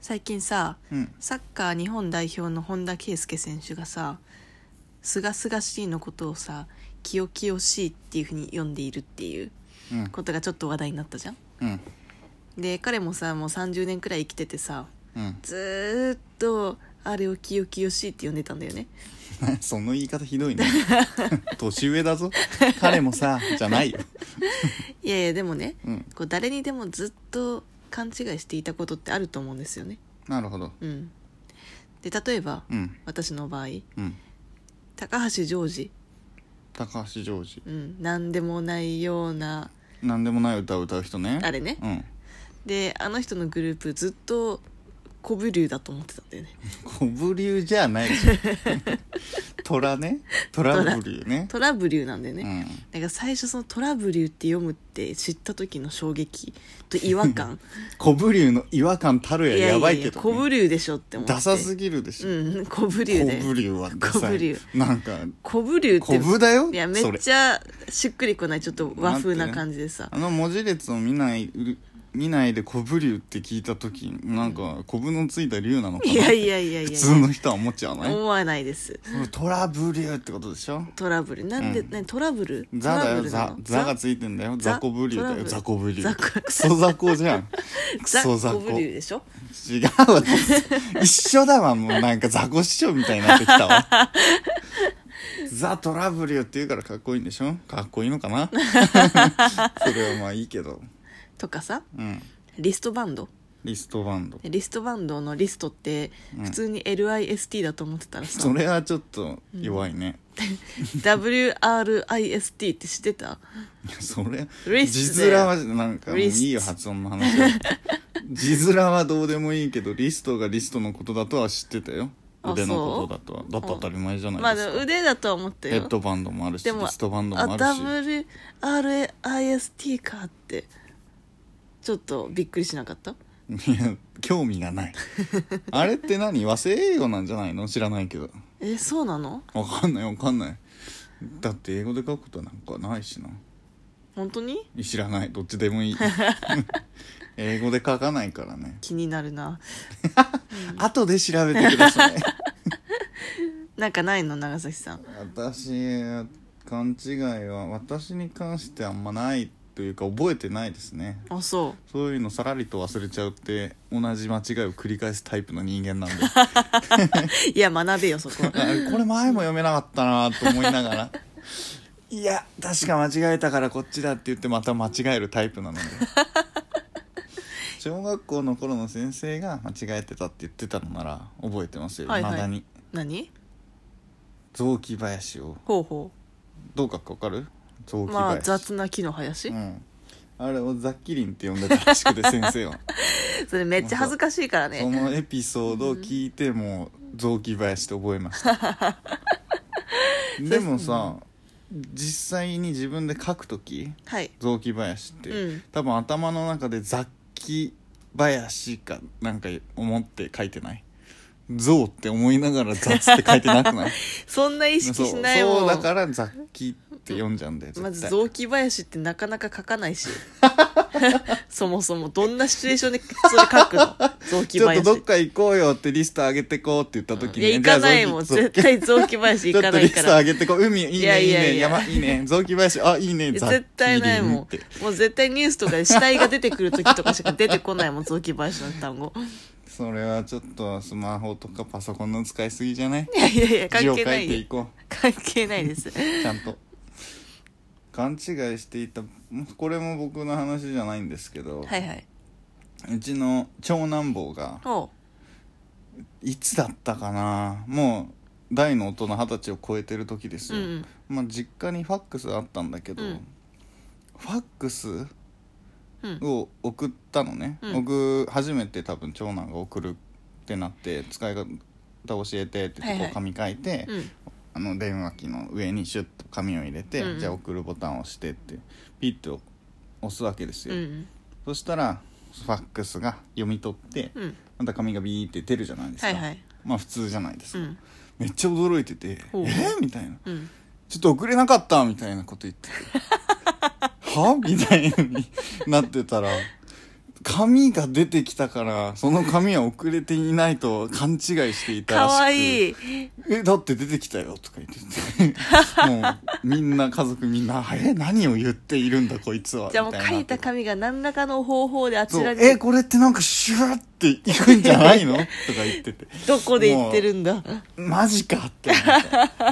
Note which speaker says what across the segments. Speaker 1: 最近さ
Speaker 2: うん
Speaker 1: サッカー日本代表の本田圭佑選手がさ「すがすがしい」のことをさ「きよきよしい」っていうふうに読んでいるっていう
Speaker 2: うん
Speaker 1: ことがちょっと話題になったじゃん。
Speaker 2: うん
Speaker 1: で彼もさもう30年くらい生きててさ
Speaker 2: うん
Speaker 1: ずーっとあれを「きよきよしい」って呼んでたんだよね。
Speaker 2: その言い方ひ どいね年上だぞ彼もさじゃないよ
Speaker 1: いやいやでもね
Speaker 2: うん
Speaker 1: こう誰にでもずっと勘違いしていたことってあると思うんですよね。
Speaker 2: なるほど
Speaker 1: うん、で例えば、
Speaker 2: うん
Speaker 1: 私の場合
Speaker 2: うん
Speaker 1: 高橋ジョージ、
Speaker 2: 高橋ジョージ
Speaker 1: うん、何でもないような
Speaker 2: 何でもない歌を歌う人ね
Speaker 1: あれね
Speaker 2: うん
Speaker 1: であの人のグループずっとコブリューだと思ってたんだよね
Speaker 2: 小ぶりゅうじゃない でしょ虎ね虎ぶりゅうね
Speaker 1: トラブリューなんだよ
Speaker 2: う
Speaker 1: ね、
Speaker 2: ん
Speaker 1: だから最初そのトラブリューって読むって知った時の衝撃と違和感
Speaker 2: 小ぶりゅうの違和感たるややば いけど
Speaker 1: コブ
Speaker 2: ね
Speaker 1: リューでしょって思って
Speaker 2: ダサす
Speaker 1: ぎ
Speaker 2: ぎるでしょ
Speaker 1: うんコブリューで
Speaker 2: 小ぶりゅうはダサ
Speaker 1: 小ぶりゅ
Speaker 2: いうなん か
Speaker 1: コブリューって
Speaker 2: 小ぶだよ
Speaker 1: いやめ
Speaker 2: そ
Speaker 1: っ
Speaker 2: れ
Speaker 1: ちゃしっくりこないちょっと和風な感じでさ、
Speaker 2: あの文字列を見ない見ないで「コブリュって聞いた時なんかコブのついた竜なのかない
Speaker 1: やいやいやいや
Speaker 2: 普通の人は思っちゃわない
Speaker 1: 思わないです
Speaker 2: それトラブリューってことでしょ
Speaker 1: トラブルなんで、
Speaker 2: うん
Speaker 1: ねトラブルト
Speaker 2: ザだ
Speaker 1: ラブ
Speaker 2: よ
Speaker 1: ルな
Speaker 2: ザ
Speaker 1: の
Speaker 2: ザがついてんだよ
Speaker 1: ザ
Speaker 2: ザコブリューだよ
Speaker 1: ザ
Speaker 2: ザ
Speaker 1: コ
Speaker 2: コブリュ
Speaker 1: ザコ
Speaker 2: ークソザコじゃん ク
Speaker 1: ザ
Speaker 2: ソザコ
Speaker 1: コブリューでしょ
Speaker 2: 違うわ一緒だわもうなんかザコ師匠みたいになってきた わザ・トラブリューって言うからかっこいいんでしょかっこいいのか なそれはまあいいけど
Speaker 1: とかさ
Speaker 2: うん
Speaker 1: リストバンド
Speaker 2: リストバンド
Speaker 1: リストバンドのリストって
Speaker 2: うん
Speaker 1: 普通に LIST だと思ってたらさ、
Speaker 2: それはちょっと弱いね、
Speaker 1: WRIST って知ってた
Speaker 2: いやそれ
Speaker 1: リスト
Speaker 2: 字
Speaker 1: だよ
Speaker 2: 面はなんかもう
Speaker 1: リスト
Speaker 2: いいよ発音の話は字面はどうでもいいけどリストがリストのことだとは知ってたよ
Speaker 1: あ
Speaker 2: 腕のことだとはだって当たり前じゃ
Speaker 1: ま
Speaker 2: な
Speaker 1: あ
Speaker 2: いで
Speaker 1: です
Speaker 2: か、
Speaker 1: も腕だとは思った
Speaker 2: ヘ
Speaker 1: よ
Speaker 2: ッドバンドもあるし
Speaker 1: でも
Speaker 2: リストバンドもあるし
Speaker 1: WRIST かってちょっとびっくりしなかった
Speaker 2: いや興味がない あれって何和製英語なんじゃないの知らないけど
Speaker 1: えそうなの
Speaker 2: わかんないわかんないだって英語で書くことなんかないしな
Speaker 1: 本当に
Speaker 2: 知らないどっち でもいい英語で書かないからね
Speaker 1: 気になるな
Speaker 2: 後で調べてください
Speaker 1: なんかないの長崎さん
Speaker 2: 私勘違いは私に関してあんまないというか覚えてないですね
Speaker 1: あそ
Speaker 2: そういうのさらりと忘れちゃうって同じ間違いを繰り返すタイプの人間なんで
Speaker 1: ういや学べよそこは
Speaker 2: あこれ前も読めなかったなと思いながらいや確か間違えたからこっちだって言ってまた間違えるタイプなので小学校の頃の先生が間違えてたって言ってたのなら覚えてますよ
Speaker 1: はい
Speaker 2: 未
Speaker 1: はい
Speaker 2: だに
Speaker 1: 何
Speaker 2: 雑木林を
Speaker 1: ほうほ
Speaker 2: どう書くか分かる雑
Speaker 1: う
Speaker 2: 木林、
Speaker 1: まあ雑な木の林、
Speaker 2: うん、あれをザッキリンって呼んでたらしくて先生は
Speaker 1: それめっちゃ恥ずかしいから
Speaker 2: そ
Speaker 1: ね
Speaker 2: のエピソードを聞いてもう雑木林って覚えました でもさ実際に自分で書く時
Speaker 1: はい
Speaker 2: 雑木林って、
Speaker 1: うん
Speaker 2: 多分頭の中で雑木林かなんか思って書いてない雑って思いながら雑って書いてなくない
Speaker 1: そんな 意識しない
Speaker 2: そう
Speaker 1: も
Speaker 2: そ
Speaker 1: ん
Speaker 2: うだから雑木って読んじゃうんだよ絶対
Speaker 1: まず雑木林ってなかなか書かない しそもそもどんなシチュエーションでそれ書くの雑木
Speaker 2: ちょっと
Speaker 1: 林
Speaker 2: どっか行こうよってリスト上げてこうって言った時に、
Speaker 1: いや行かないもん
Speaker 2: じゃあ
Speaker 1: 絶対雑木林
Speaker 2: ち
Speaker 1: 行
Speaker 2: ょっ
Speaker 1: か
Speaker 2: と
Speaker 1: な
Speaker 2: リ
Speaker 1: いか
Speaker 2: スト
Speaker 1: ら
Speaker 2: 上げてこう海いいね
Speaker 1: いやいやいや
Speaker 2: いいね山いいね雑木林あいいね
Speaker 1: 絶対ないもん
Speaker 2: 雑木林って
Speaker 1: もう絶対ニュースとかで死体が出てくる時とかしか出てこないもん雑木林の単語
Speaker 2: それはちょっとスマホとかパソコンの使いすぎじゃない
Speaker 1: いやいやいや関
Speaker 2: 字を書
Speaker 1: 係
Speaker 2: い
Speaker 1: な
Speaker 2: て
Speaker 1: い
Speaker 2: いこ
Speaker 1: 関係ないです
Speaker 2: うちゃんと勘違いしていたこれも僕の話じゃないんですけど、
Speaker 1: はいはいう
Speaker 2: ちの長男坊が
Speaker 1: お
Speaker 2: いつだったかなもう大の大人二十歳を超えてる時です
Speaker 1: う
Speaker 2: よ、
Speaker 1: ん
Speaker 2: まあ、実家にファックスあったんだけど、
Speaker 1: うん
Speaker 2: ファックス
Speaker 1: うん
Speaker 2: を送ったのね、
Speaker 1: うん
Speaker 2: 僕初めて多分長男が送るってなって使い方教えてって言
Speaker 1: は
Speaker 2: っ
Speaker 1: いは
Speaker 2: てこ
Speaker 1: いう
Speaker 2: 紙書いて、
Speaker 1: うん
Speaker 2: あの電話機の上にシュッと紙を入れて、
Speaker 1: うんうん
Speaker 2: じゃあ送るボタンを押してってピッと押すわけです
Speaker 1: う
Speaker 2: よ、
Speaker 1: ん
Speaker 2: そしたらファックスが読み取って、
Speaker 1: うん
Speaker 2: また紙がビーって出るじゃないですか、
Speaker 1: はいはい
Speaker 2: まあ普通じゃないです
Speaker 1: う
Speaker 2: か、
Speaker 1: ん
Speaker 2: めっちゃ驚いてて「え
Speaker 1: ほう
Speaker 2: ーみたいな
Speaker 1: うん
Speaker 2: ちょっと遅れなかったみ たいなこと言っててはみたいになってたら髪が出てきたから、その髪は遅れていないと勘違いしていたら
Speaker 1: か
Speaker 2: しく。
Speaker 1: わいい。
Speaker 2: え、だって出てきたよとか言って て。もう、みんな、家族みんな、え、何を言っているんだこいつは。
Speaker 1: じゃあもう
Speaker 2: みい
Speaker 1: 借
Speaker 2: な
Speaker 1: りた髪が何らかの方法であ
Speaker 2: そ
Speaker 1: ち
Speaker 2: う
Speaker 1: らに
Speaker 2: え、これってなんかシュワっていくんじゃないのとか言ってて。
Speaker 1: どこで行ってるんだ。
Speaker 2: マジかって思った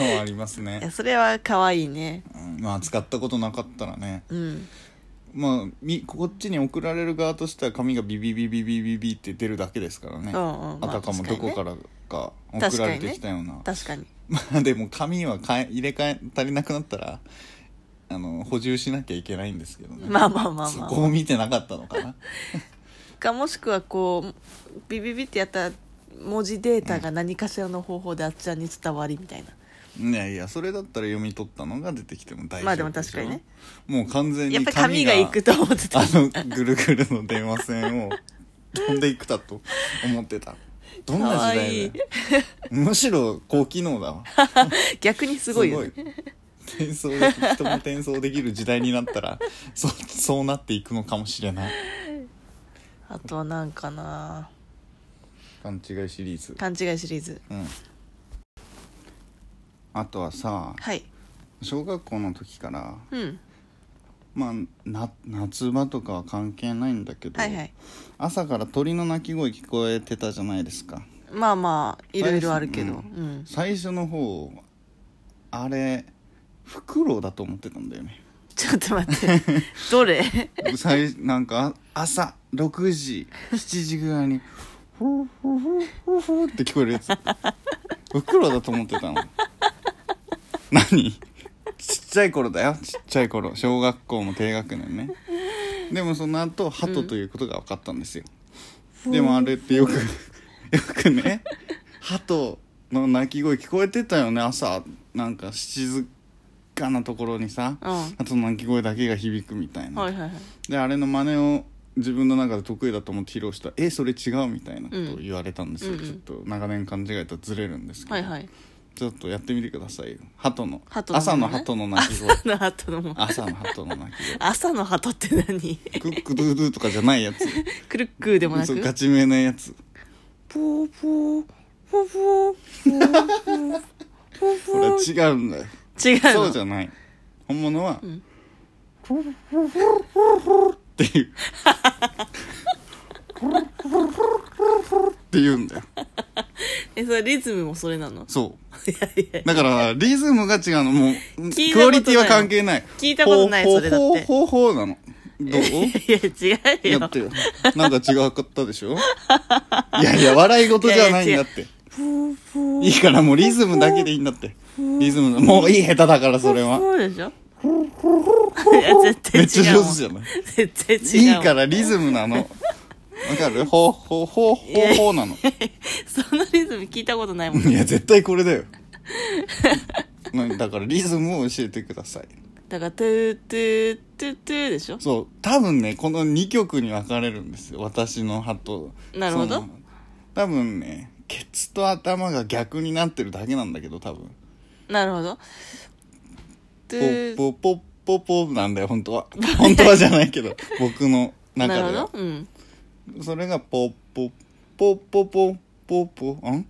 Speaker 2: のはあります
Speaker 1: いや
Speaker 2: ね。
Speaker 1: それは可愛いね。
Speaker 2: うんまあ、使ったことなかったらね。
Speaker 1: うん。
Speaker 2: まあ、みこっちに送られる側としては髪がビビビビビビビって出るだけですからね、
Speaker 1: うんうんまあ
Speaker 2: あたかもどこからか
Speaker 1: 確
Speaker 2: 送
Speaker 1: からにね
Speaker 2: れてきたような、
Speaker 1: 確かに。
Speaker 2: まあでも髪は変え入れ替え足りなくなったらあの補充しなきゃいけないんですけどね、
Speaker 1: まあまあまあ
Speaker 2: そ
Speaker 1: まあ。
Speaker 2: こを見てなかったのかな
Speaker 1: かもしくはこうビビビってやった文字データが何かしらの方法であっちゃんに伝わりみたいな、
Speaker 2: いやいやそれだったら読み取ったのが出てきても大丈夫しょ
Speaker 1: まあでも確かにね
Speaker 2: もう完全
Speaker 1: やっ
Speaker 2: に
Speaker 1: ぱり紙が行くと思ってた
Speaker 2: あのぐるぐるの電話線を飛んでいくだと思ってたどんな時代だよ
Speaker 1: かわいい
Speaker 2: むしろ高機能だわ
Speaker 1: 逆にすごいよ、ね、
Speaker 2: 転送でき人も転送できる時代になったらそそうなっていくのかもしれない
Speaker 1: あとはなんかな
Speaker 2: 勘違いシリーズ
Speaker 1: 勘違いシリーズ
Speaker 2: うんあとはさ
Speaker 1: はい
Speaker 2: 小学校の時から
Speaker 1: うん
Speaker 2: まあな夏場とかは関係ないんだけど、
Speaker 1: はいはい
Speaker 2: 朝から鳥の鳴き声聞こえてたじゃないですか
Speaker 1: まあまあいろいろあるけど、
Speaker 2: う
Speaker 1: うんん
Speaker 2: 最初の方あれフクロウだと思ってたんだよね
Speaker 1: ちょっと待 ってどれ
Speaker 2: 最なんかあ朝6時7時ぐらいにフーフーフーフーフーって聞こえるやつフクロウだと思ってたの何ちっちゃい頃だよちっちゃい頃小学校も低学年ねでもその後鳩ということが分かったんですよ、でもあれってよくよくね鳩の鳴き声聞こえてたよね朝なんか静かなところにさ、
Speaker 1: うんはい
Speaker 2: 鳩の鳴き声だけが響くみたいな、
Speaker 1: はいはい
Speaker 2: であれの真似を自分の中で得意だと思って披露したらえそれ違うみたいなことを言われたんですよ、
Speaker 1: うんうん
Speaker 2: ちょっと長年勘違いとずれるんですけど、
Speaker 1: はいはい
Speaker 2: ちょっとやってみてくださいよ鳩の
Speaker 1: 鳩のね
Speaker 2: 朝の鳩の 鳴き声
Speaker 1: 朝の鳩のも
Speaker 2: 朝の鳩の鳴き声
Speaker 1: 朝の鳩って何
Speaker 2: クックドゥドゥとかじゃないやつ
Speaker 1: クルックーでもな
Speaker 2: そう
Speaker 1: く
Speaker 2: ガチめなやつ
Speaker 1: ポーポーポーポーポーポーポー
Speaker 2: こ
Speaker 1: ポ
Speaker 2: れ
Speaker 1: ー
Speaker 2: は違うんだよ
Speaker 1: 違うの
Speaker 2: そうじゃない本物は、
Speaker 1: ん
Speaker 2: っていう って言うんだよ
Speaker 1: えそれリズムもそれなの
Speaker 2: そう
Speaker 1: いやいや
Speaker 2: だから、リズムが違うの、もう、
Speaker 1: 聞いたことない
Speaker 2: クオリティは関係ない。
Speaker 1: 聞いたことない
Speaker 2: ほう
Speaker 1: それだって
Speaker 2: ほうほうほうなの。ど う
Speaker 1: いや違う
Speaker 2: や
Speaker 1: よ
Speaker 2: ってよ。なんか違かったでしょいやいや、笑い事じゃないんだって。
Speaker 1: ふーふー
Speaker 2: いいからもうリズムだけでいいんだって。リズムの、もういい下手だからそれは。
Speaker 1: そうでしょいや
Speaker 2: めっ
Speaker 1: 絶
Speaker 2: ちゃ
Speaker 1: 対違うも
Speaker 2: 上手
Speaker 1: ん
Speaker 2: じゃない
Speaker 1: 絶対
Speaker 2: い
Speaker 1: 違う
Speaker 2: い
Speaker 1: もん
Speaker 2: からリズムなの。わかるほうほうほうほうほうなの。
Speaker 1: そのリズム聞いたことないもん
Speaker 2: いや、絶対これだよ。うんだからリズムを教えてください。
Speaker 1: だからトゥートゥートゥートゥーでしょ
Speaker 2: そう多分ねこの2曲に分かれるんですよ私の歯と
Speaker 1: なるほど
Speaker 2: その多分ねケツと頭が逆になってるだけなんだけど多分
Speaker 1: なるほどト
Speaker 2: ポ
Speaker 1: ゥ
Speaker 2: ッ
Speaker 1: ー
Speaker 2: ポッポッポッポッなんだよ本当は本当はじゃないけど僕の
Speaker 1: な
Speaker 2: 中
Speaker 1: るほ
Speaker 2: では
Speaker 1: どうん
Speaker 2: それがポッポッポッポッポッポッポッん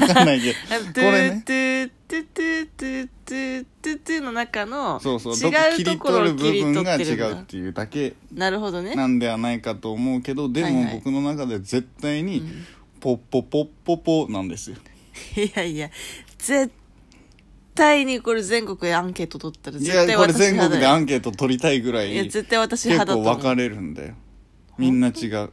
Speaker 2: 分かんないけど
Speaker 1: あトゥー
Speaker 2: これね
Speaker 1: トゥートゥートゥートゥートゥートゥートゥーの中の
Speaker 2: そうそうどこ
Speaker 1: 違
Speaker 2: 切
Speaker 1: うと
Speaker 2: り
Speaker 1: ころ
Speaker 2: 取
Speaker 1: を
Speaker 2: る
Speaker 1: 切
Speaker 2: 部
Speaker 1: り
Speaker 2: 分
Speaker 1: 取
Speaker 2: が
Speaker 1: っ
Speaker 2: 違
Speaker 1: てるん
Speaker 2: うっ
Speaker 1: だ
Speaker 2: ていうだけ
Speaker 1: なるほどね
Speaker 2: なんではないかと思うけどで
Speaker 1: はい
Speaker 2: も
Speaker 1: はい
Speaker 2: 僕の中で絶対にポッポポッポポなんですよ
Speaker 1: いやいや絶対にこれ全国でアンケート取ったら
Speaker 2: い
Speaker 1: 絶
Speaker 2: や
Speaker 1: 対
Speaker 2: これ
Speaker 1: 私
Speaker 2: 全
Speaker 1: 派
Speaker 2: 国
Speaker 1: だよ
Speaker 2: でアンケート取りたいぐらい
Speaker 1: いや絶対私
Speaker 2: 結
Speaker 1: 派だと
Speaker 2: 構
Speaker 1: 思う
Speaker 2: 分かれるんだよみんな違う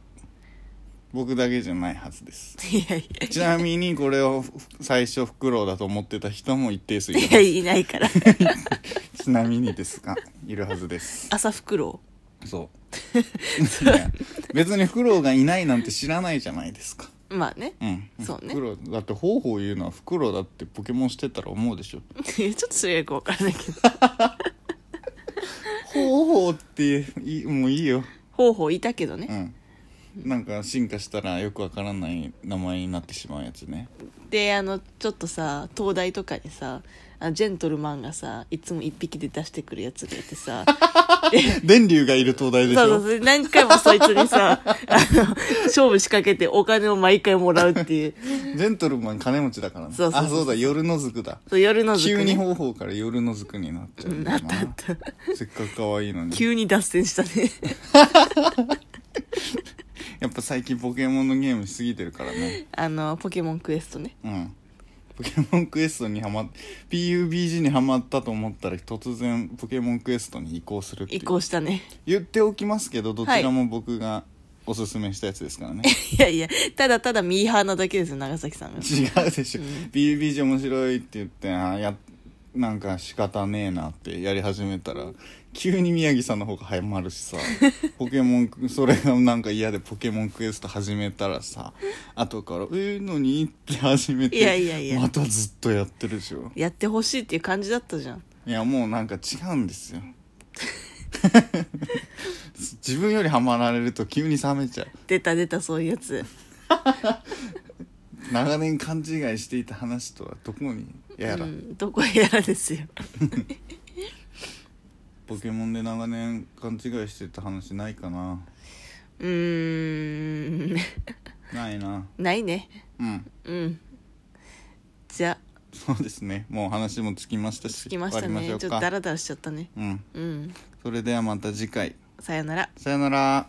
Speaker 2: 僕だけじゃないはずです
Speaker 1: いやいや
Speaker 2: ちなみにこれを最初フクロウだと思ってた人も一定数いる
Speaker 1: いやいない から
Speaker 2: ちなみにですがいるは ずです
Speaker 1: 朝フクロ
Speaker 2: そういや別にフクロウがいないなんて知らないじゃないですか
Speaker 1: ウまあね
Speaker 2: うん
Speaker 1: そうね
Speaker 2: フクロウだってほうほう言うのはフクロウだってポケモンしてたら思う でしょ
Speaker 1: いやちょっとそれよくわからないけど
Speaker 2: ほうほうっていいもういいよ
Speaker 1: 方法いたけど
Speaker 2: う
Speaker 1: ね
Speaker 2: んなんか進化したらよくわからない名前になってしまうや つね
Speaker 1: であのちょっとさ東大とかでさあのジェントルマンがさいつも一匹で出してくるやつがいてさ
Speaker 2: 電流がいる東大でし
Speaker 1: そうそう
Speaker 2: ょ
Speaker 1: そう何回もそいつにさ あの勝負仕掛けてお金を毎回もらうっていう
Speaker 2: ジェントルマン金持ちだからね
Speaker 1: そうそうそう
Speaker 2: あそうだ夜のずくだ
Speaker 1: そう夜のず
Speaker 2: 急
Speaker 1: く、ね、
Speaker 2: に方法から夜のずくになっちゃうんだよなせっかく可愛いのに
Speaker 1: 急に脱線した ね
Speaker 2: やっぱ最近ポケモンのゲームしすぎてるからね
Speaker 1: あのポケモンクエストね
Speaker 2: うんポケモンクエストにハマっ PUBG にハマったと思ったら突然ポケモンクエストに移行するってい
Speaker 1: 移
Speaker 2: う
Speaker 1: 行したね
Speaker 2: 言っておきますけどどちらも僕がおすすめしたやつですからね、
Speaker 1: いやいやただただミーハーなだけですよ長崎さんが
Speaker 2: 違うでしょ、BBG 面白いって言ってあーやなんか仕方ねえなってやり始めたら急に宮城さんの方が早まるし さポケモンクそれがなんか嫌でポケモンクエスト始めたらさ後から「えー、何?」って始めて
Speaker 1: いやいやいや
Speaker 2: またずっとやってるでしょ
Speaker 1: やってほしいっていう感じだったじゃん
Speaker 2: いやもうなんか違うんですよ 自分よりハマられると急に冷めちゃう
Speaker 1: 出た出たそういうやつ
Speaker 2: 長年勘違いしていた話とはどこにやら、
Speaker 1: うん、どこやらですよ
Speaker 2: ポケモンで長年勘違いしてた話ないかな
Speaker 1: うーん
Speaker 2: ないな
Speaker 1: ないね
Speaker 2: うん
Speaker 1: うんじゃあ
Speaker 2: そうですねもう話もつきましたし
Speaker 1: 着きました
Speaker 2: 終わ
Speaker 1: ね
Speaker 2: りまし
Speaker 1: ち
Speaker 2: ょ
Speaker 1: ょっ
Speaker 2: うか
Speaker 1: とダラダラしちゃったね
Speaker 2: うん
Speaker 1: うん
Speaker 2: それではまた次回
Speaker 1: さよなら
Speaker 2: さよなら